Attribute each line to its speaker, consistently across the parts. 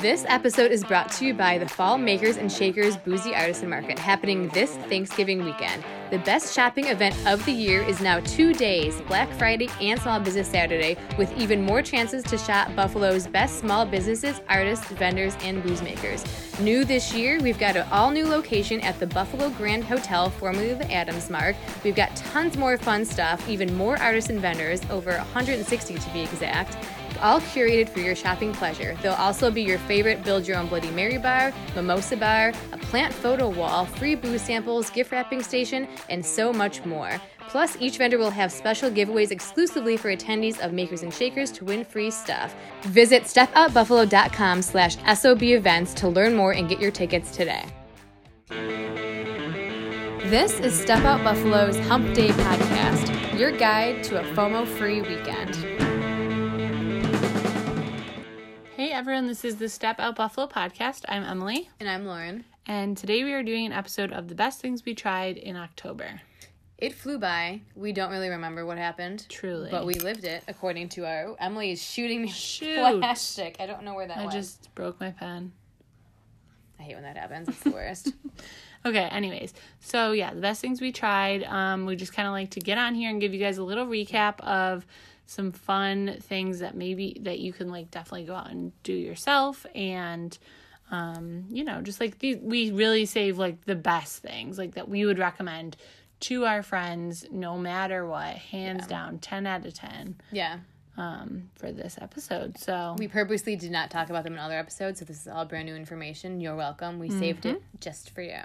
Speaker 1: This episode is brought to you by the Fall Makers and Shakers Boozy Artisan Market happening this Thanksgiving weekend. The best shopping event of the year is now two days Black Friday and Small Business Saturday, with even more chances to shop Buffalo's best small businesses, artists, vendors, and booze makers. New this year, we've got an all new location at the Buffalo Grand Hotel, formerly the Adams Mark. We've got tons more fun stuff, even more artisan vendors, over 160 to be exact all curated for your shopping pleasure. There'll also be your favorite Build Your Own Bloody Mary bar, mimosa bar, a plant photo wall, free booze samples, gift wrapping station, and so much more. Plus, each vendor will have special giveaways exclusively for attendees of Makers and Shakers to win free stuff. Visit stepoutbuffalo.com slash SOB events to learn more and get your tickets today. This is Step Out Buffalo's Hump Day Podcast, your guide to a FOMO-free weekend.
Speaker 2: Hey everyone, this is the Step Out Buffalo podcast. I'm Emily,
Speaker 1: And I'm Lauren.
Speaker 2: and today we are doing an episode of the best things we tried in October.
Speaker 1: It flew by. We don't really remember what happened.
Speaker 2: Truly.
Speaker 1: But we lived it, according to our. Emily is shooting me
Speaker 2: Shoot.
Speaker 1: plastic. I don't know where that
Speaker 2: I
Speaker 1: went.
Speaker 2: just broke my pen.
Speaker 1: I hate when that happens. It's the worst.
Speaker 2: Okay, anyways. So, yeah, the best things we tried. Um, we just kind of like to get on here and give you guys a little recap of some fun things that maybe that you can like definitely go out and do yourself and um, you know, just like these we really save like the best things like that we would recommend to our friends no matter what, hands down, 10 out of 10
Speaker 1: yeah.
Speaker 2: um for this episode. So,
Speaker 1: We purposely did not talk about them in other episodes, so this is all brand new information. You're welcome. We saved it
Speaker 2: Mm-hmm.
Speaker 1: just for you.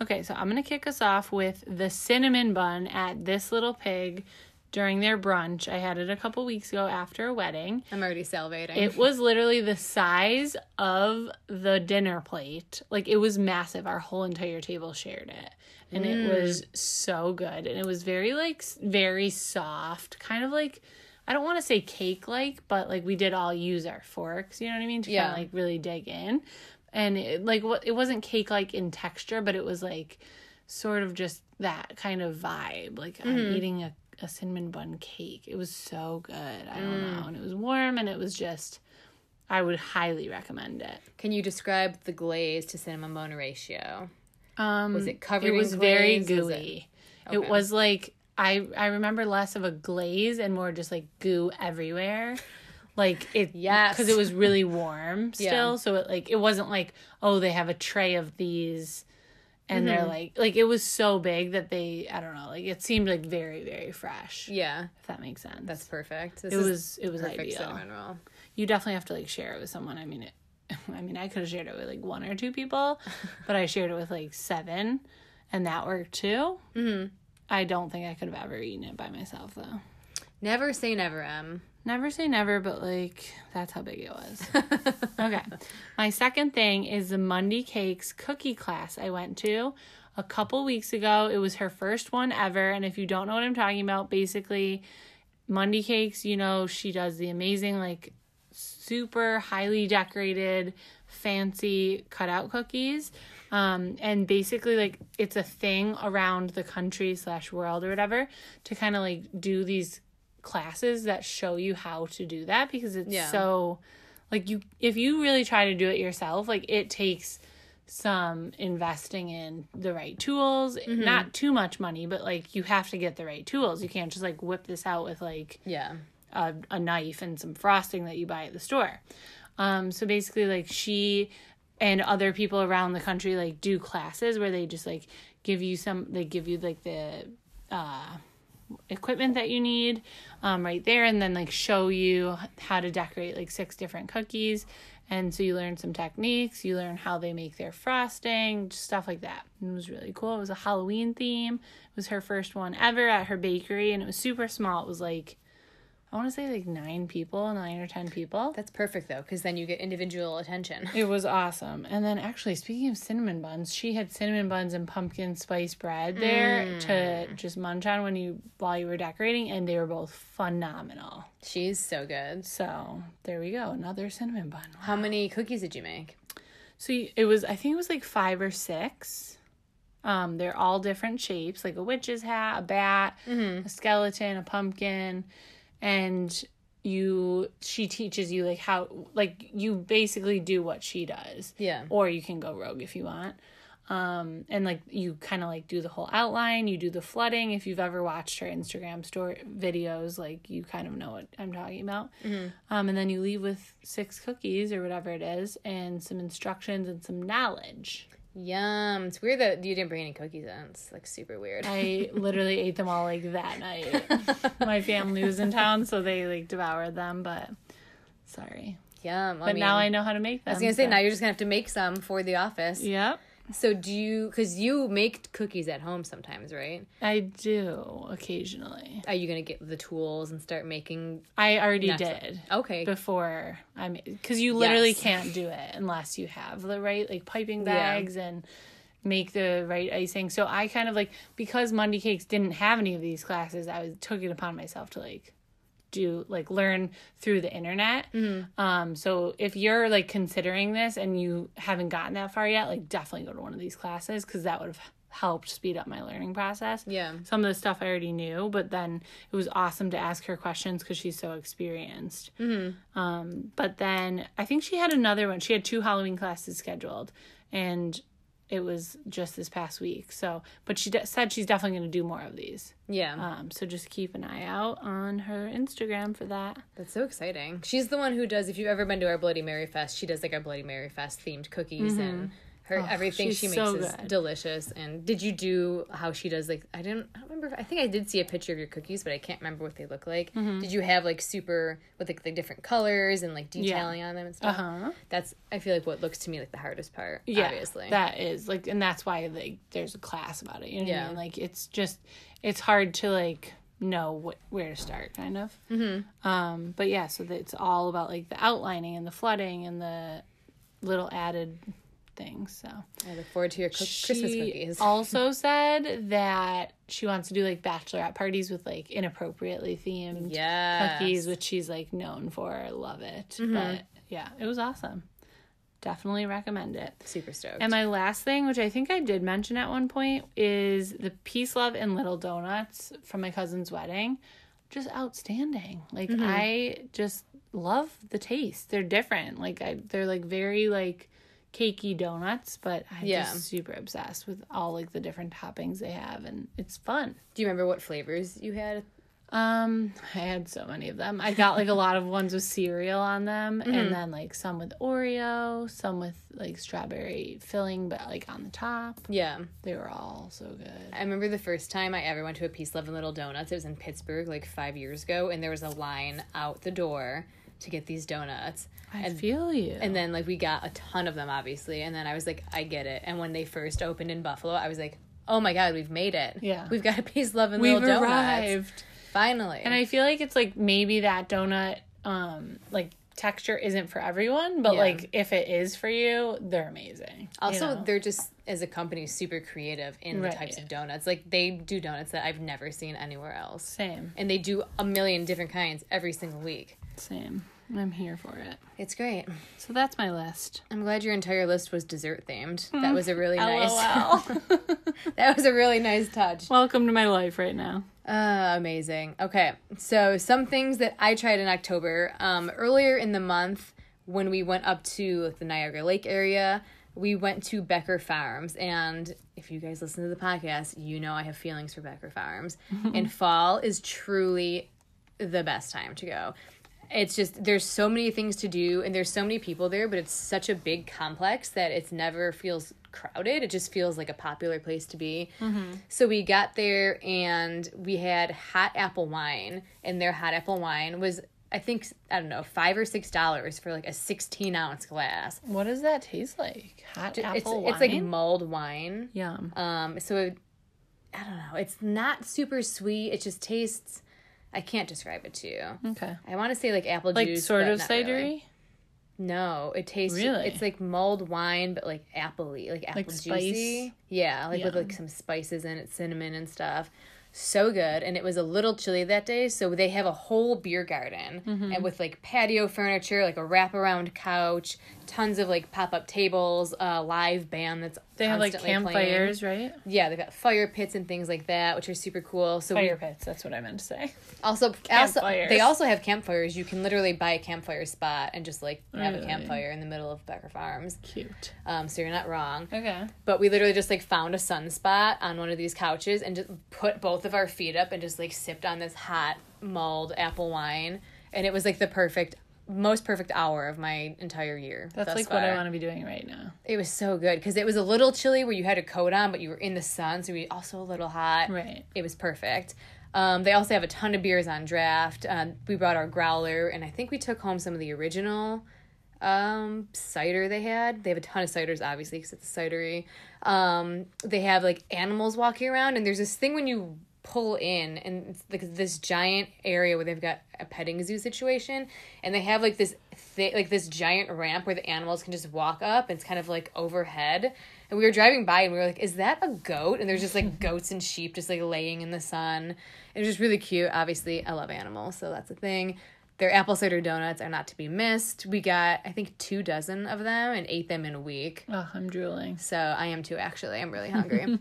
Speaker 2: Okay, so I'm going to kick us off with the cinnamon bun at This Little Pig during their brunch. I had it a couple weeks ago after a wedding.
Speaker 1: I'm already salivating.
Speaker 2: It was literally the size of the dinner plate. Like it was massive. Our whole entire table shared it. And it was so good. And it was very like s- very soft, kind of like I don't want to say cake like, but like we did all use our forks, you know what I mean, to
Speaker 1: Yeah.
Speaker 2: kind of like really dig in. And it, like what it wasn't cake like in texture, but it was like sort of just that kind of vibe. Like I'm eating a, a cinnamon bun cake. It was so good. I don't know. And it was warm and it was just, I would highly recommend it.
Speaker 1: Can you describe the glaze to cinnamon bone ratio?
Speaker 2: Um,
Speaker 1: Was it covered
Speaker 2: it
Speaker 1: in
Speaker 2: was very
Speaker 1: glaze? Was it-
Speaker 2: gooey. it? was like, I, I remember less of a glaze and more just like goo everywhere. Like it,
Speaker 1: Yes.
Speaker 2: because it was really warm
Speaker 1: Yeah.
Speaker 2: still. So it like it wasn't like oh they have a tray of these and
Speaker 1: Mm-hmm.
Speaker 2: they're like like it was so big that they I don't know like it seemed like very very fresh
Speaker 1: Yeah.
Speaker 2: if that makes sense
Speaker 1: That's perfect. This
Speaker 2: it
Speaker 1: is
Speaker 2: was it was
Speaker 1: perfect
Speaker 2: ideal
Speaker 1: cinnamon roll.
Speaker 2: you definitely have to like share it with someone I mean it I mean I could have shared it with like one or two people but I shared it with like seven and that worked too mm-hmm. I don't think I could have ever eaten it by myself though
Speaker 1: Never say never, Em.
Speaker 2: Never say never, but like that's how big it was. okay. My second thing is the Monday Cakes cookie class I went to a couple weeks ago. It was her first one ever. And if you don't know what I'm talking about, basically, Monday Cakes, you know, she does the amazing, like super highly decorated, fancy cutout cookies. Um, and basically, like, it's a thing around the country slash world or whatever to kind of like do these classes that show you how to do that because it's
Speaker 1: Yeah.
Speaker 2: so like you if you really try to do it yourself like it takes some investing in the right tools not too much money but like you have to get the right tools you can't just like whip this out with like
Speaker 1: Yeah.
Speaker 2: a, a knife and some frosting that you buy at the store. Um, so basically, like she and other people around the country like do classes where they just like give you some, they give you like the uh, equipment that you need um, right there, and then like show you how to decorate like six different cookies. And so you learn some techniques, you learn how they make their frosting, just stuff like that. It was really cool. It was a Halloween theme. It was her first one ever at her bakery, and it was super small. It was like I want to say like nine people, nine or ten people.
Speaker 1: That's perfect though, because then you get individual attention.
Speaker 2: It was awesome. And then actually, speaking of cinnamon buns, she had cinnamon buns and pumpkin spice bread there to just munch on when you while you were decorating, and they were both phenomenal.
Speaker 1: She's so good.
Speaker 2: So there we go, another cinnamon bun.
Speaker 1: How many cookies did you make?
Speaker 2: So you- it was, I think it was like five or six. Um, they're all different shapes, like a witch's hat, a bat, a skeleton, a pumpkin, and you she teaches you like how like you basically do what she does.
Speaker 1: Yeah.
Speaker 2: Or you can go rogue if you want. Um and like you kind of like do the whole outline, you do the flooding. If you've ever watched her Instagram story videos, like you kind of know what I'm talking about.
Speaker 1: Mm-hmm.
Speaker 2: Um and then you leave with six cookies or whatever it is and some instructions and some knowledge.
Speaker 1: Yum. It's weird that you didn't bring any cookies in. It's like super weird.
Speaker 2: I literally ate them all like that night. My family was in town, so they like devoured them. But sorry.
Speaker 1: Yum. I
Speaker 2: But
Speaker 1: mean,
Speaker 2: now I know how to make them.
Speaker 1: I was gonna say now you're just gonna have to make some for the office.
Speaker 2: Yep,
Speaker 1: So do you? Because you make cookies at home sometimes, right?
Speaker 2: I do occasionally.
Speaker 1: Are you gonna get the tools and start making?
Speaker 2: I already
Speaker 1: Next one.
Speaker 2: did
Speaker 1: Okay.
Speaker 2: before I made because you literally
Speaker 1: Yes.
Speaker 2: can't do it unless you have the right like piping bags and make the right icing. So I kind of like because Monday Cakes didn't have any of these classes, I was took it upon myself to like do like learn through the internet. Um so if you're like considering this and you haven't gotten that far yet, like definitely go to one of these classes cuz that would have helped speed up my learning process.
Speaker 1: Yeah.
Speaker 2: Some of the stuff I already knew, but then it was awesome to ask her questions cuz she's so experienced. Um but then I think she had another one. She had two Halloween classes scheduled and it was just this past week. So, but she de- said she's definitely going to do more of these.
Speaker 1: Yeah.
Speaker 2: Um, so just keep an eye out on her Instagram for that.
Speaker 1: That's so exciting. She's the one who does. If you've ever been to our Bloody Mary fest, she does like our Bloody Mary fest themed cookies and her everything
Speaker 2: Mm-hmm. Oh, she's
Speaker 1: she makes
Speaker 2: so
Speaker 1: is
Speaker 2: good.
Speaker 1: delicious. And did you do how she does like? I didn't. I don't remember. if- I think I did see a picture of your cookies, but I can't remember what they look like.
Speaker 2: Mm-hmm.
Speaker 1: Did you have like super with like the different colors and like detailing on them and stuff?
Speaker 2: Uh-huh.
Speaker 1: That's I feel like what looks to me like the hardest part.
Speaker 2: Yeah,
Speaker 1: obviously.
Speaker 2: that is like, and that's why like there's a class about it. You know what
Speaker 1: Yeah.
Speaker 2: I mean? Like it's just it's hard to like know wh- where to start, kind of. Mm-hmm. Um, but yeah, so that it's all about like the outlining and the flooding and the little added things. So
Speaker 1: I look forward to your cook- Christmas
Speaker 2: She
Speaker 1: cookies.
Speaker 2: also said that she wants to do like bachelorette parties with like inappropriately themed
Speaker 1: Yes. Mm-hmm.
Speaker 2: cookies, which she's like known for. I love it. But yeah, it was awesome. Definitely recommend it.
Speaker 1: super stoked.
Speaker 2: And my last thing, which I think I did mention at one point, is the Peace, Love, and Little Donuts from my cousin's wedding. Just outstanding. Like I just love the taste. They're different. Like I, they're like very like cakey donuts, but I'm
Speaker 1: Yeah.
Speaker 2: just super obsessed with all like the different toppings they have, and it's fun.
Speaker 1: do you remember what flavors you had?
Speaker 2: Um, I had so many of them. I got like a lot of ones with cereal on them, and then like some with Oreo, some with like strawberry filling, but like on the top.
Speaker 1: Yeah.
Speaker 2: They were all so good.
Speaker 1: I remember the first time I ever went to a Peace Love and Little Donuts. It was in Pittsburgh like five years ago, and there was a line out the door to get these donuts.
Speaker 2: I feel you.
Speaker 1: And then like we got a ton of them, obviously. And then I was like, I get it. And when they first opened in Buffalo, I was like, Oh my God, we've made it.
Speaker 2: Yeah.
Speaker 1: we've got a Peace Love and
Speaker 2: We've
Speaker 1: Little Donuts.
Speaker 2: arrived.
Speaker 1: Finally.
Speaker 2: And I feel like it's like maybe that donut um like texture isn't for everyone, but
Speaker 1: Yeah.
Speaker 2: like if it is for you, they're amazing.
Speaker 1: also,
Speaker 2: you know?
Speaker 1: they're just as a company super creative in
Speaker 2: Right.
Speaker 1: the types of donuts. Like they do donuts that I've never seen anywhere else,
Speaker 2: same,
Speaker 1: and they do a million different kinds every single week.
Speaker 2: same. I'm here for it.
Speaker 1: It's great.
Speaker 2: So that's my list.
Speaker 1: I'm glad your entire list was dessert themed. That was a really nice.
Speaker 2: LOL.
Speaker 1: that was a really nice touch.
Speaker 2: Welcome to my life right now.
Speaker 1: Uh, amazing. Okay, so some things that I tried in October. Um, earlier in the month, when we went up to the Niagara Lake area, we went to Becker Farms. And if you guys listen to the podcast, you know I have feelings for Becker Farms. and fall is truly the best time to go. It's just there's so many things to do and there's so many people there, but it's such a big complex that it's never feels crowded. It just feels like a popular place to be. So we got there and we had hot apple wine, and their hot apple wine was I think I don't know five or six dollars for like a sixteen ounce glass.
Speaker 2: What does that taste like? Hot
Speaker 1: it's
Speaker 2: apple
Speaker 1: it's
Speaker 2: wine.
Speaker 1: like mulled wine.
Speaker 2: yum.
Speaker 1: Um, so it, I don't know. It's not super sweet. It just tastes. I can't describe it to you.
Speaker 2: okay.
Speaker 1: I want to say like apple
Speaker 2: Like
Speaker 1: juice,
Speaker 2: sort
Speaker 1: but
Speaker 2: of
Speaker 1: not
Speaker 2: cidery,
Speaker 1: really. No, it tastes
Speaker 2: Really?
Speaker 1: It's like mulled wine, but like appley, like apple
Speaker 2: spice?
Speaker 1: juicy. Yeah, like with
Speaker 2: Yeah.
Speaker 1: like some spices in it, cinnamon and stuff. So good, and it was a little chilly that day, so they have a whole beer garden
Speaker 2: Mm-hmm.
Speaker 1: and with like patio furniture, like a wraparound couch, tons of like pop up tables, a live band that's
Speaker 2: They have like
Speaker 1: constantly
Speaker 2: campfires, right?
Speaker 1: Yeah, they've got fire pits and things like that, which are super cool. So we
Speaker 2: Fire pits. That's what I meant to say.
Speaker 1: also, also
Speaker 2: Campfires.
Speaker 1: they also have campfires. You can literally buy a campfire spot and just like have a
Speaker 2: Really?
Speaker 1: campfire in the middle of Becker Farms.
Speaker 2: Cute.
Speaker 1: Um, so you're not wrong.
Speaker 2: Okay.
Speaker 1: But we literally just like found a sunspot on one of these couches and just put both of our feet up and just like sipped on this hot mulled apple wine. And it was like the perfect, most perfect hour of my entire year.
Speaker 2: That's
Speaker 1: thus
Speaker 2: like what I
Speaker 1: far.
Speaker 2: want to be doing right now.
Speaker 1: It was so good because it was a little chilly where you had a coat on, but you were in the sun, so we also a little hot.
Speaker 2: Right.
Speaker 1: It was perfect. Um, they also have a ton of beers on draft. Um, we brought our growler, and I think we took home some of the original um, cider they had. They have a ton of ciders, obviously, because it's a cidery. Um, they have like animals walking around, and there's this thing when you pull in, and it's like this giant area where they've got a petting zoo situation, and they have like this thi- like this giant ramp where the animals can just walk up. And it's kind of like overhead. And we were driving by and we were like, is that a goat? And there's just like goats and sheep just like laying in the sun. It was just really cute. Obviously, I love animals, so that's a thing. Their apple cider donuts are not to be missed. We got, I think, two dozen of them and ate them in a week.
Speaker 2: Oh, I'm drooling.
Speaker 1: So I am too, actually. I'm really hungry.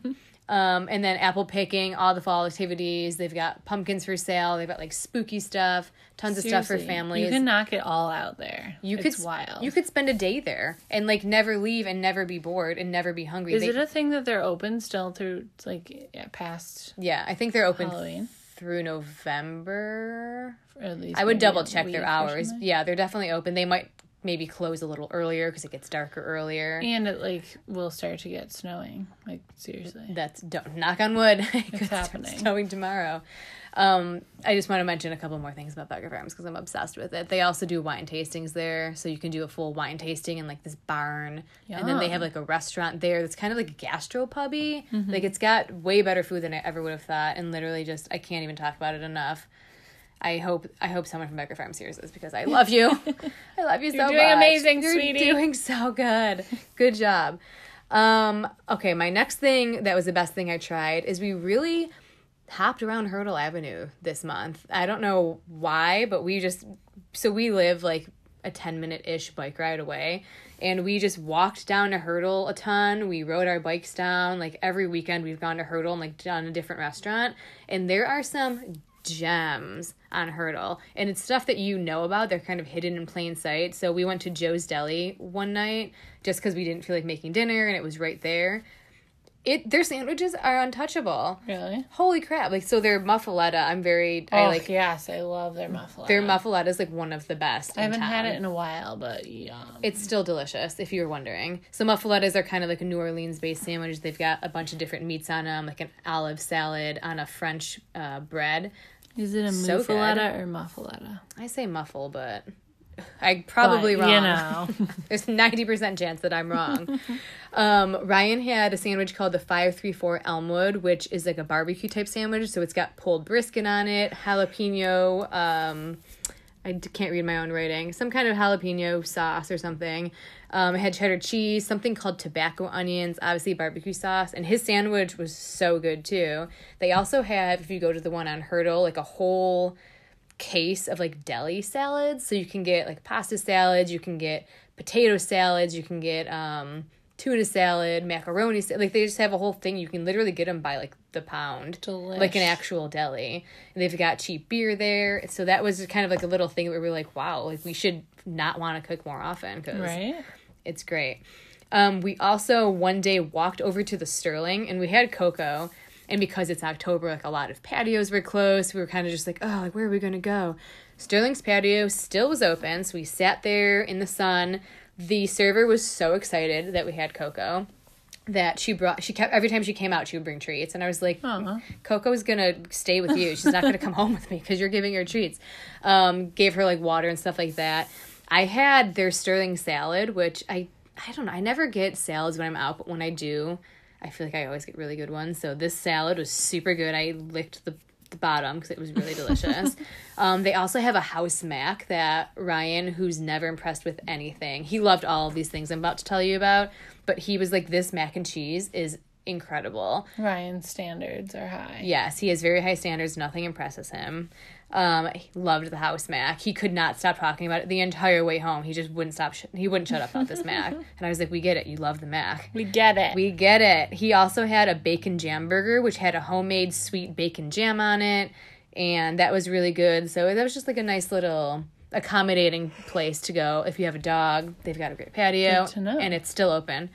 Speaker 1: um, and then apple picking, all the fall activities. They've got pumpkins for sale. They've got like spooky stuff, tons of stuff for
Speaker 2: Seriously,
Speaker 1: families.
Speaker 2: You can knock it all out there.
Speaker 1: You
Speaker 2: it's
Speaker 1: could
Speaker 2: wild.
Speaker 1: You could spend a day there and like never leave and never be bored and never be hungry.
Speaker 2: Is
Speaker 1: They-
Speaker 2: it a thing that they're open still through like yeah, past
Speaker 1: yeah, I think they're open
Speaker 2: Halloween?
Speaker 1: through November.
Speaker 2: Or at least
Speaker 1: I would
Speaker 2: maybe
Speaker 1: double
Speaker 2: a
Speaker 1: check
Speaker 2: week
Speaker 1: their
Speaker 2: or
Speaker 1: hours.
Speaker 2: something?
Speaker 1: Yeah, they're definitely open. They might maybe close a little earlier because it gets darker earlier.
Speaker 2: And it like will start to get snowing. Like seriously.
Speaker 1: That's don't knock on wood. It could start
Speaker 2: happening.
Speaker 1: Snowing tomorrow. Um, I just want to mention a couple more things about Becker Farms because I'm obsessed with it. They also do wine tastings there, so you can do a full wine tasting in like this barn, and then they have like a restaurant there that's kind of like gastro pubby.
Speaker 2: Mm-hmm.
Speaker 1: Like it's got way better food than I ever would have thought, and literally just I can't even talk about it enough. I hope I hope someone from Becker Farms hears this because I love you. I love you so
Speaker 2: doing
Speaker 1: much.
Speaker 2: amazing,
Speaker 1: You're
Speaker 2: sweetie.
Speaker 1: doing so good. Good job. Um, okay, my next thing that was the best thing I tried is we really hopped around Hurdle Avenue this month. I don't know why, but we just so we live like a 10 minute ish bike ride away and we just walked down to Hurdle a ton. We rode our bikes down like every weekend we've gone to Hurdle and like done a different restaurant and there are some gems on Hurdle and it's stuff that you know about. They're kind of hidden in plain sight. So we went to Joe's Deli one night just cuz we didn't feel like making dinner and it was right there. It their sandwiches are untouchable.
Speaker 2: Really?
Speaker 1: Holy crap! Like so, their muffaletta. I'm very. I
Speaker 2: oh
Speaker 1: like
Speaker 2: yes, I love their muffler.
Speaker 1: their muffaletta is like one of the best.
Speaker 2: I haven't had it in a while, but yum.
Speaker 1: It's still delicious, if you were wondering. So muffalettas are kind of like a New Orleans-based sandwich. They've got a bunch of different meats on them, like an olive salad on a French uh, bread.
Speaker 2: Is it a
Speaker 1: so good.
Speaker 2: muffaletta or muffaletta?
Speaker 1: I say muffle, but I'm probably
Speaker 2: But,
Speaker 1: wrong.
Speaker 2: You know.
Speaker 1: There's ninety percent chance that I'm wrong. um, Ryan had a sandwich called the Five Three Four Elmwood, which is like a barbecue type sandwich. So it's got pulled brisket on it, jalapeno. Um, I d- can't read my own writing. Some kind of jalapeno sauce or something. Um, it had cheddar cheese, something called tobacco onions, obviously barbecue sauce, and his sandwich was so good too. They also have, if you go to the one on Hurdle, like a whole case of like deli salads. So you can get like pasta salads, you can get potato salads, you can get um, tuna salad, macaroni. Sa- like they just have a whole thing. You can literally get them by like the pound, like an
Speaker 2: Delish.
Speaker 1: actual deli. And they've got cheap beer there. So that was kind of like a little thing where we were like, wow, like we should not want to cook more often because
Speaker 2: right?
Speaker 1: it's great. Um, we also one day walked over to the Sterling and we had cocoa. And because it's October, like a lot of patios were closed. We were kind of just like, oh, like where are we gonna go? Sterling's patio still was open, so we sat there in the sun. The server was so excited that we had cocoa that she brought. She kept every time she came out, she would bring treats, and I was like,
Speaker 2: Uh-huh.
Speaker 1: Coco's gonna stay with you. She's not gonna come home with me because you're giving her treats. Um, gave her like water and stuff like that. I had their sterling salad, which I I don't know. I never get salads when I'm out, but when I do, I feel like I always get really good ones. So this salad was super good. I licked the the bottom because it was really delicious. um, they also have a house mac that Ryan, who's never impressed with anything, he loved all of these things I'm about to tell you about, but he was like, this mac and cheese is incredible.
Speaker 2: Ryan's standards are high.
Speaker 1: Yes, he has very high standards. Nothing impresses him. Um, he loved the house mac. He could not stop talking about it the entire way home. He just wouldn't stop. Sh- he wouldn't shut up about this mac. And I was like, "We get it. You love the mac.
Speaker 2: We get it.
Speaker 1: We get it." He also had a bacon jam burger, which had a homemade sweet bacon jam on it, and that was really good. So that was just like a nice little accommodating place to go if you have a dog. They've got a great patio,
Speaker 2: Good to know.
Speaker 1: and it's still open.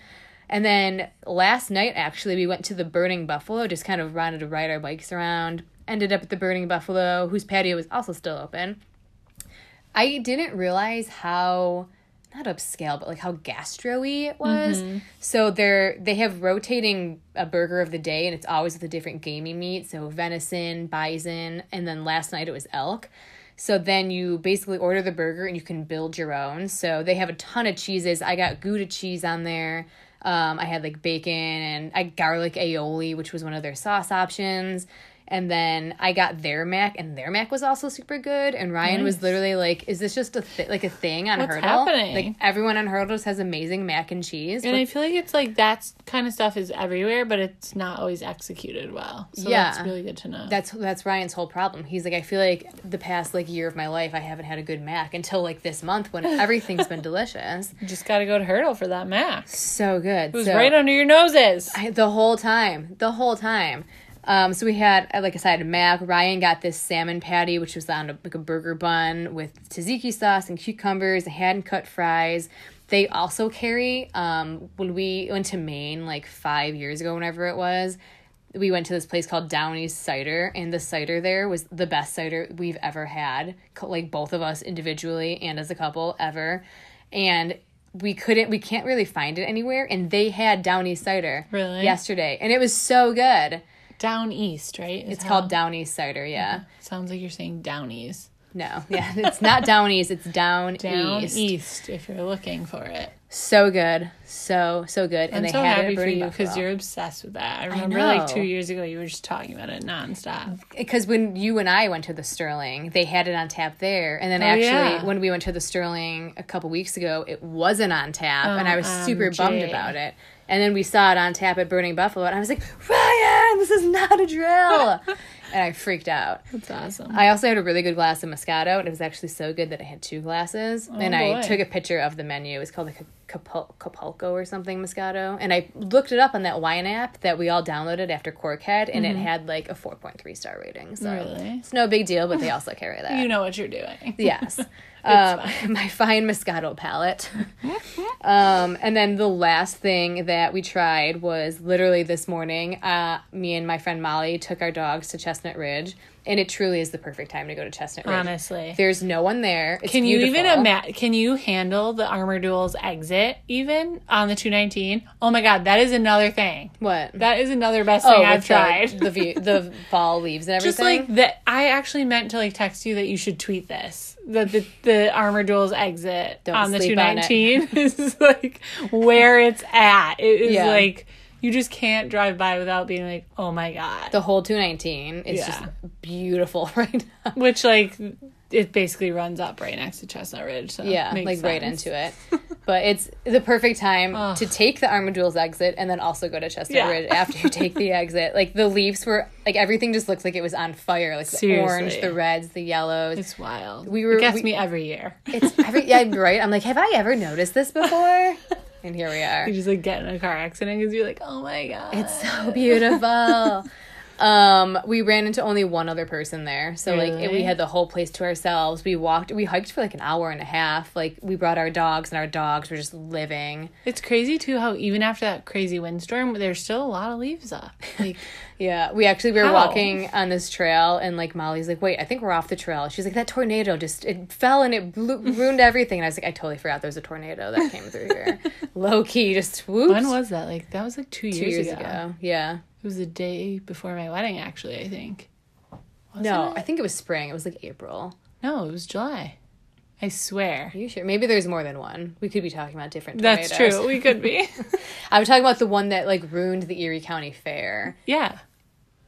Speaker 1: And then last night, actually, we went to the Burning Buffalo, just kind of wanted to ride our bikes around. Ended up at the Burning Buffalo, whose patio was also still open. I didn't realize how not upscale, but like how gastro-y it was. So they're they have rotating a burger of the day, and it's always with a different gamey meat. So venison, bison, and then last night it was elk. So then you basically order the burger and you can build your own. So they have a ton of cheeses. I got Gouda cheese on there. Um, I had like bacon and I garlic aioli, which was one of their sauce options. And then I got their mac, and their mac was also super good. And Ryan was literally like, "Is this just a th- like a thing on
Speaker 2: What's
Speaker 1: Hurdle?
Speaker 2: happening?
Speaker 1: Like everyone on Hurdles has amazing mac and cheese.
Speaker 2: And I feel like it's like that kind of stuff is everywhere, but it's not always executed well. So
Speaker 1: Yeah.
Speaker 2: that's really good to know.
Speaker 1: that's that's Ryan's whole problem. He's like, I feel like the past like year of my life, I haven't had a good mac until like this month when everything's been delicious.
Speaker 2: you just got to go to Hurdle for that max.
Speaker 1: So good.
Speaker 2: It was right under your noses.
Speaker 1: I, the whole time, the whole time. Um, so we had, uh, like I said, Mac. Ryan got this salmon patty, which was on a, like a burger bun with tzatziki sauce and cucumbers, hand cut fries. They also carry um, when we went to Maine like five years ago, whenever it was. We went to this place called Downey's Cider, and the cider there was the best cider we've ever had, co- like both of us individually and as a couple ever. And we couldn't, we can't really find it anywhere. And they had Downey's Cider
Speaker 2: Really?
Speaker 1: yesterday, and it was so good.
Speaker 2: Down east, right?
Speaker 1: It's called Downey's cider. Yeah,
Speaker 2: Sounds like you're saying Downies.
Speaker 1: no, yeah, it's not Downey's. It's down,
Speaker 2: Down
Speaker 1: east.
Speaker 2: east. if you're looking for it.
Speaker 1: So good, so so good. And
Speaker 2: I'm
Speaker 1: they
Speaker 2: so
Speaker 1: had it
Speaker 2: happy
Speaker 1: at
Speaker 2: for
Speaker 1: Burning
Speaker 2: you because
Speaker 1: Buffalo.
Speaker 2: you're obsessed with that. I remember like two
Speaker 1: know.
Speaker 2: years ago you were just talking about it nonstop.
Speaker 1: because when you and I went to the Sterling, they had it on tap there. And then actually,
Speaker 2: Oh, yeah.
Speaker 1: when we went to the Sterling a couple weeks ago, it wasn't on tap, and I was super
Speaker 2: OMG.
Speaker 1: bummed about it. And then we saw it on tap at Burning Buffalo, and I was like, Ryan, this is not a drill. and I freaked out.
Speaker 2: That's awesome.
Speaker 1: I also had a really good glass of Moscato, and it was actually so good that I had two glasses. and I
Speaker 2: Oh, boy.
Speaker 1: took a picture of the menu. It's called the Capul- Capulco or something Moscato. And I looked it up on that wine app that we all downloaded after Corkhead, and it had like a 4.3 star rating. So
Speaker 2: Mm-hmm. Really?
Speaker 1: it's no big deal, but they also carry that.
Speaker 2: You know what you're doing.
Speaker 1: Yes. um, my fine Moscato palette. um, and then the last thing that we tried was literally this morning. Uh, me and my friend Molly took our dogs to Chestnut Ridge, and it truly is the perfect time to go to Chestnut Ridge.
Speaker 2: Honestly.
Speaker 1: There's no one there. It's
Speaker 2: Can you even
Speaker 1: beautiful.
Speaker 2: imagine? Can you handle the armor duels exit even on the 219? Oh my god, that is another thing.
Speaker 1: what? Oh,
Speaker 2: That is another best thing I've
Speaker 1: with the-
Speaker 2: tried.
Speaker 1: the view, the fall leaves and everything.
Speaker 2: Just like that, I actually meant to like text you that you should tweet this. That the, the armor duels exit
Speaker 1: Don't
Speaker 2: on the
Speaker 1: sleep on it.
Speaker 2: 219 is like where it's at. It is
Speaker 1: Yeah.
Speaker 2: like you just can't drive by without being like, oh my god.
Speaker 1: the whole 219 is
Speaker 2: Yeah.
Speaker 1: just beautiful right now.
Speaker 2: Which like it basically runs up right next to Chestnut Ridge. So
Speaker 1: Yeah,
Speaker 2: makes
Speaker 1: like right
Speaker 2: sense.
Speaker 1: into it. But it's the perfect time to take the Armadillo's exit and then also go to Chestnut
Speaker 2: Yeah.
Speaker 1: Ridge after you take the exit. Like the leaves were like everything just looks like it was on fire. Like the orange,
Speaker 2: Seriously.
Speaker 1: the reds, the yellows. It's,
Speaker 2: It's wild.
Speaker 1: We
Speaker 2: We
Speaker 1: were-
Speaker 2: it gets
Speaker 1: we-
Speaker 2: me every year.
Speaker 1: every yeah, right. I'm like, have I ever noticed this before? And here we are.
Speaker 2: You just like get in a car accident because you're like, oh my god.
Speaker 1: It's so beautiful. um, we ran into only one other person there, so like it, we
Speaker 2: Really?
Speaker 1: had the whole place to ourselves. We walked, we hiked for like an hour and a half. Like we brought our dogs, and our dogs were just living.
Speaker 2: It's crazy too how even after that crazy windstorm, there's still a lot of leaves up. Like
Speaker 1: Yeah, we actually we were
Speaker 2: How?
Speaker 1: walking on this trail, and like Molly's like, "Wait, I think we're off the trail." She's like, "That tornado just it fell and it blew, ruined everything." And I was like, "I totally forgot there was a tornado that came through here, low key, just whoops."
Speaker 2: when was that? Like that was like two,
Speaker 1: two
Speaker 2: years, ago.
Speaker 1: Yeah,
Speaker 2: It was the day before my wedding, actually. I think.
Speaker 1: no,
Speaker 2: it?
Speaker 1: I think it was spring. It was like April.
Speaker 2: No, it was July. I swear.
Speaker 1: Are you sure? Maybe there's more than one. We could be talking about different.
Speaker 2: That's
Speaker 1: tornadoes.
Speaker 2: true. We could be.
Speaker 1: I was talking about the one that like ruined the Erie County Fair.
Speaker 2: yeah.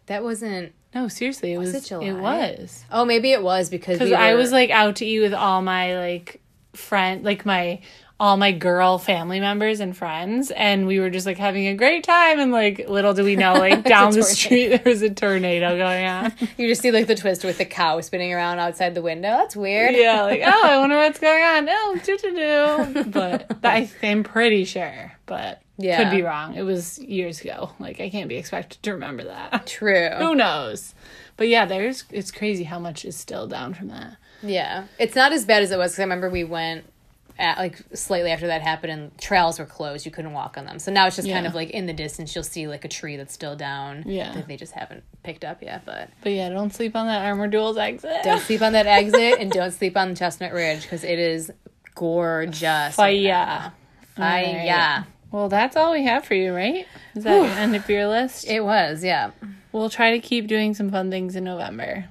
Speaker 1: That wasn't.
Speaker 2: No, seriously, it was.
Speaker 1: it July?
Speaker 2: It was.
Speaker 1: Oh, maybe it was because
Speaker 2: because
Speaker 1: we
Speaker 2: I
Speaker 1: were-
Speaker 2: was like out to eat with all my like friend, like my all my girl family members and friends and we were just like having a great time and like little do we know like down the street there was a tornado going on
Speaker 1: You just see like the twist with the cow spinning around outside the window. That's weird.
Speaker 2: yeah like oh i wonder what's going on oh do do do but I, i'm pretty sure but
Speaker 1: Yeah.
Speaker 2: could be wrong it was years ago like i can't be expected to remember that
Speaker 1: True.
Speaker 2: who knows but yeah there's it's crazy how much is still down from that
Speaker 1: Yeah. It's not as bad as it was because I remember we went at, like slightly after that happened and trails were closed. You couldn't walk on them. So now it's just kind
Speaker 2: Yeah.
Speaker 1: of like in the distance, you'll see like a tree that's still down
Speaker 2: Yeah.
Speaker 1: that they just haven't picked up yet. But
Speaker 2: but yeah don't sleep on that armor duels exit
Speaker 1: don't sleep on that exit and don't sleep on Chestnut Ridge because it is gorgeous.
Speaker 2: but yeah
Speaker 1: I,
Speaker 2: Alright.
Speaker 1: Yeah.
Speaker 2: Well, that's all we have for you, right? Is that the end of your list?
Speaker 1: It was. Yeah.
Speaker 2: we'll try to keep doing some fun things in November.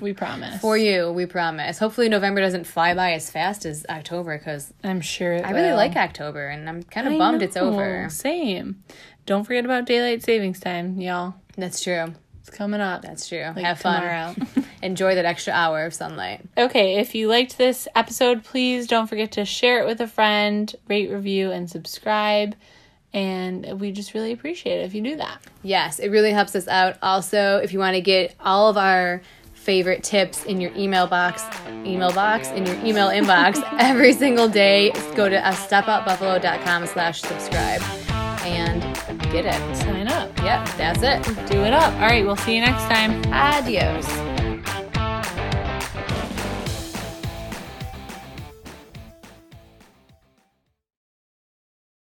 Speaker 2: we promise.
Speaker 1: For you, we promise. Hopefully, November doesn't fly by as fast as October because
Speaker 2: I'm sure it
Speaker 1: I really
Speaker 2: will.
Speaker 1: like October, and I'm kind of
Speaker 2: I
Speaker 1: bummed it's
Speaker 2: know.
Speaker 1: over.
Speaker 2: Same. Don't forget about daylight savings time, y'all.
Speaker 1: That's true.
Speaker 2: It's coming up.
Speaker 1: That's true.
Speaker 2: like,
Speaker 1: Have fun.
Speaker 2: tomorrow.
Speaker 1: Enjoy that extra hour of sunlight.
Speaker 2: okay, if you liked this episode, please don't forget to share it with a friend, rate, review, and subscribe. And we just really appreciate it if you do that.
Speaker 1: Yes, it really helps us out. Also, if you want to get all of our favorite tips in your email box, email box, in your email inbox every single day, go to uh, stepoutbuffalo.com slash subscribe and get it.
Speaker 2: Sign up.
Speaker 1: Yep, that's it.
Speaker 2: Do it up. All right, we'll see you next time.
Speaker 1: Adios.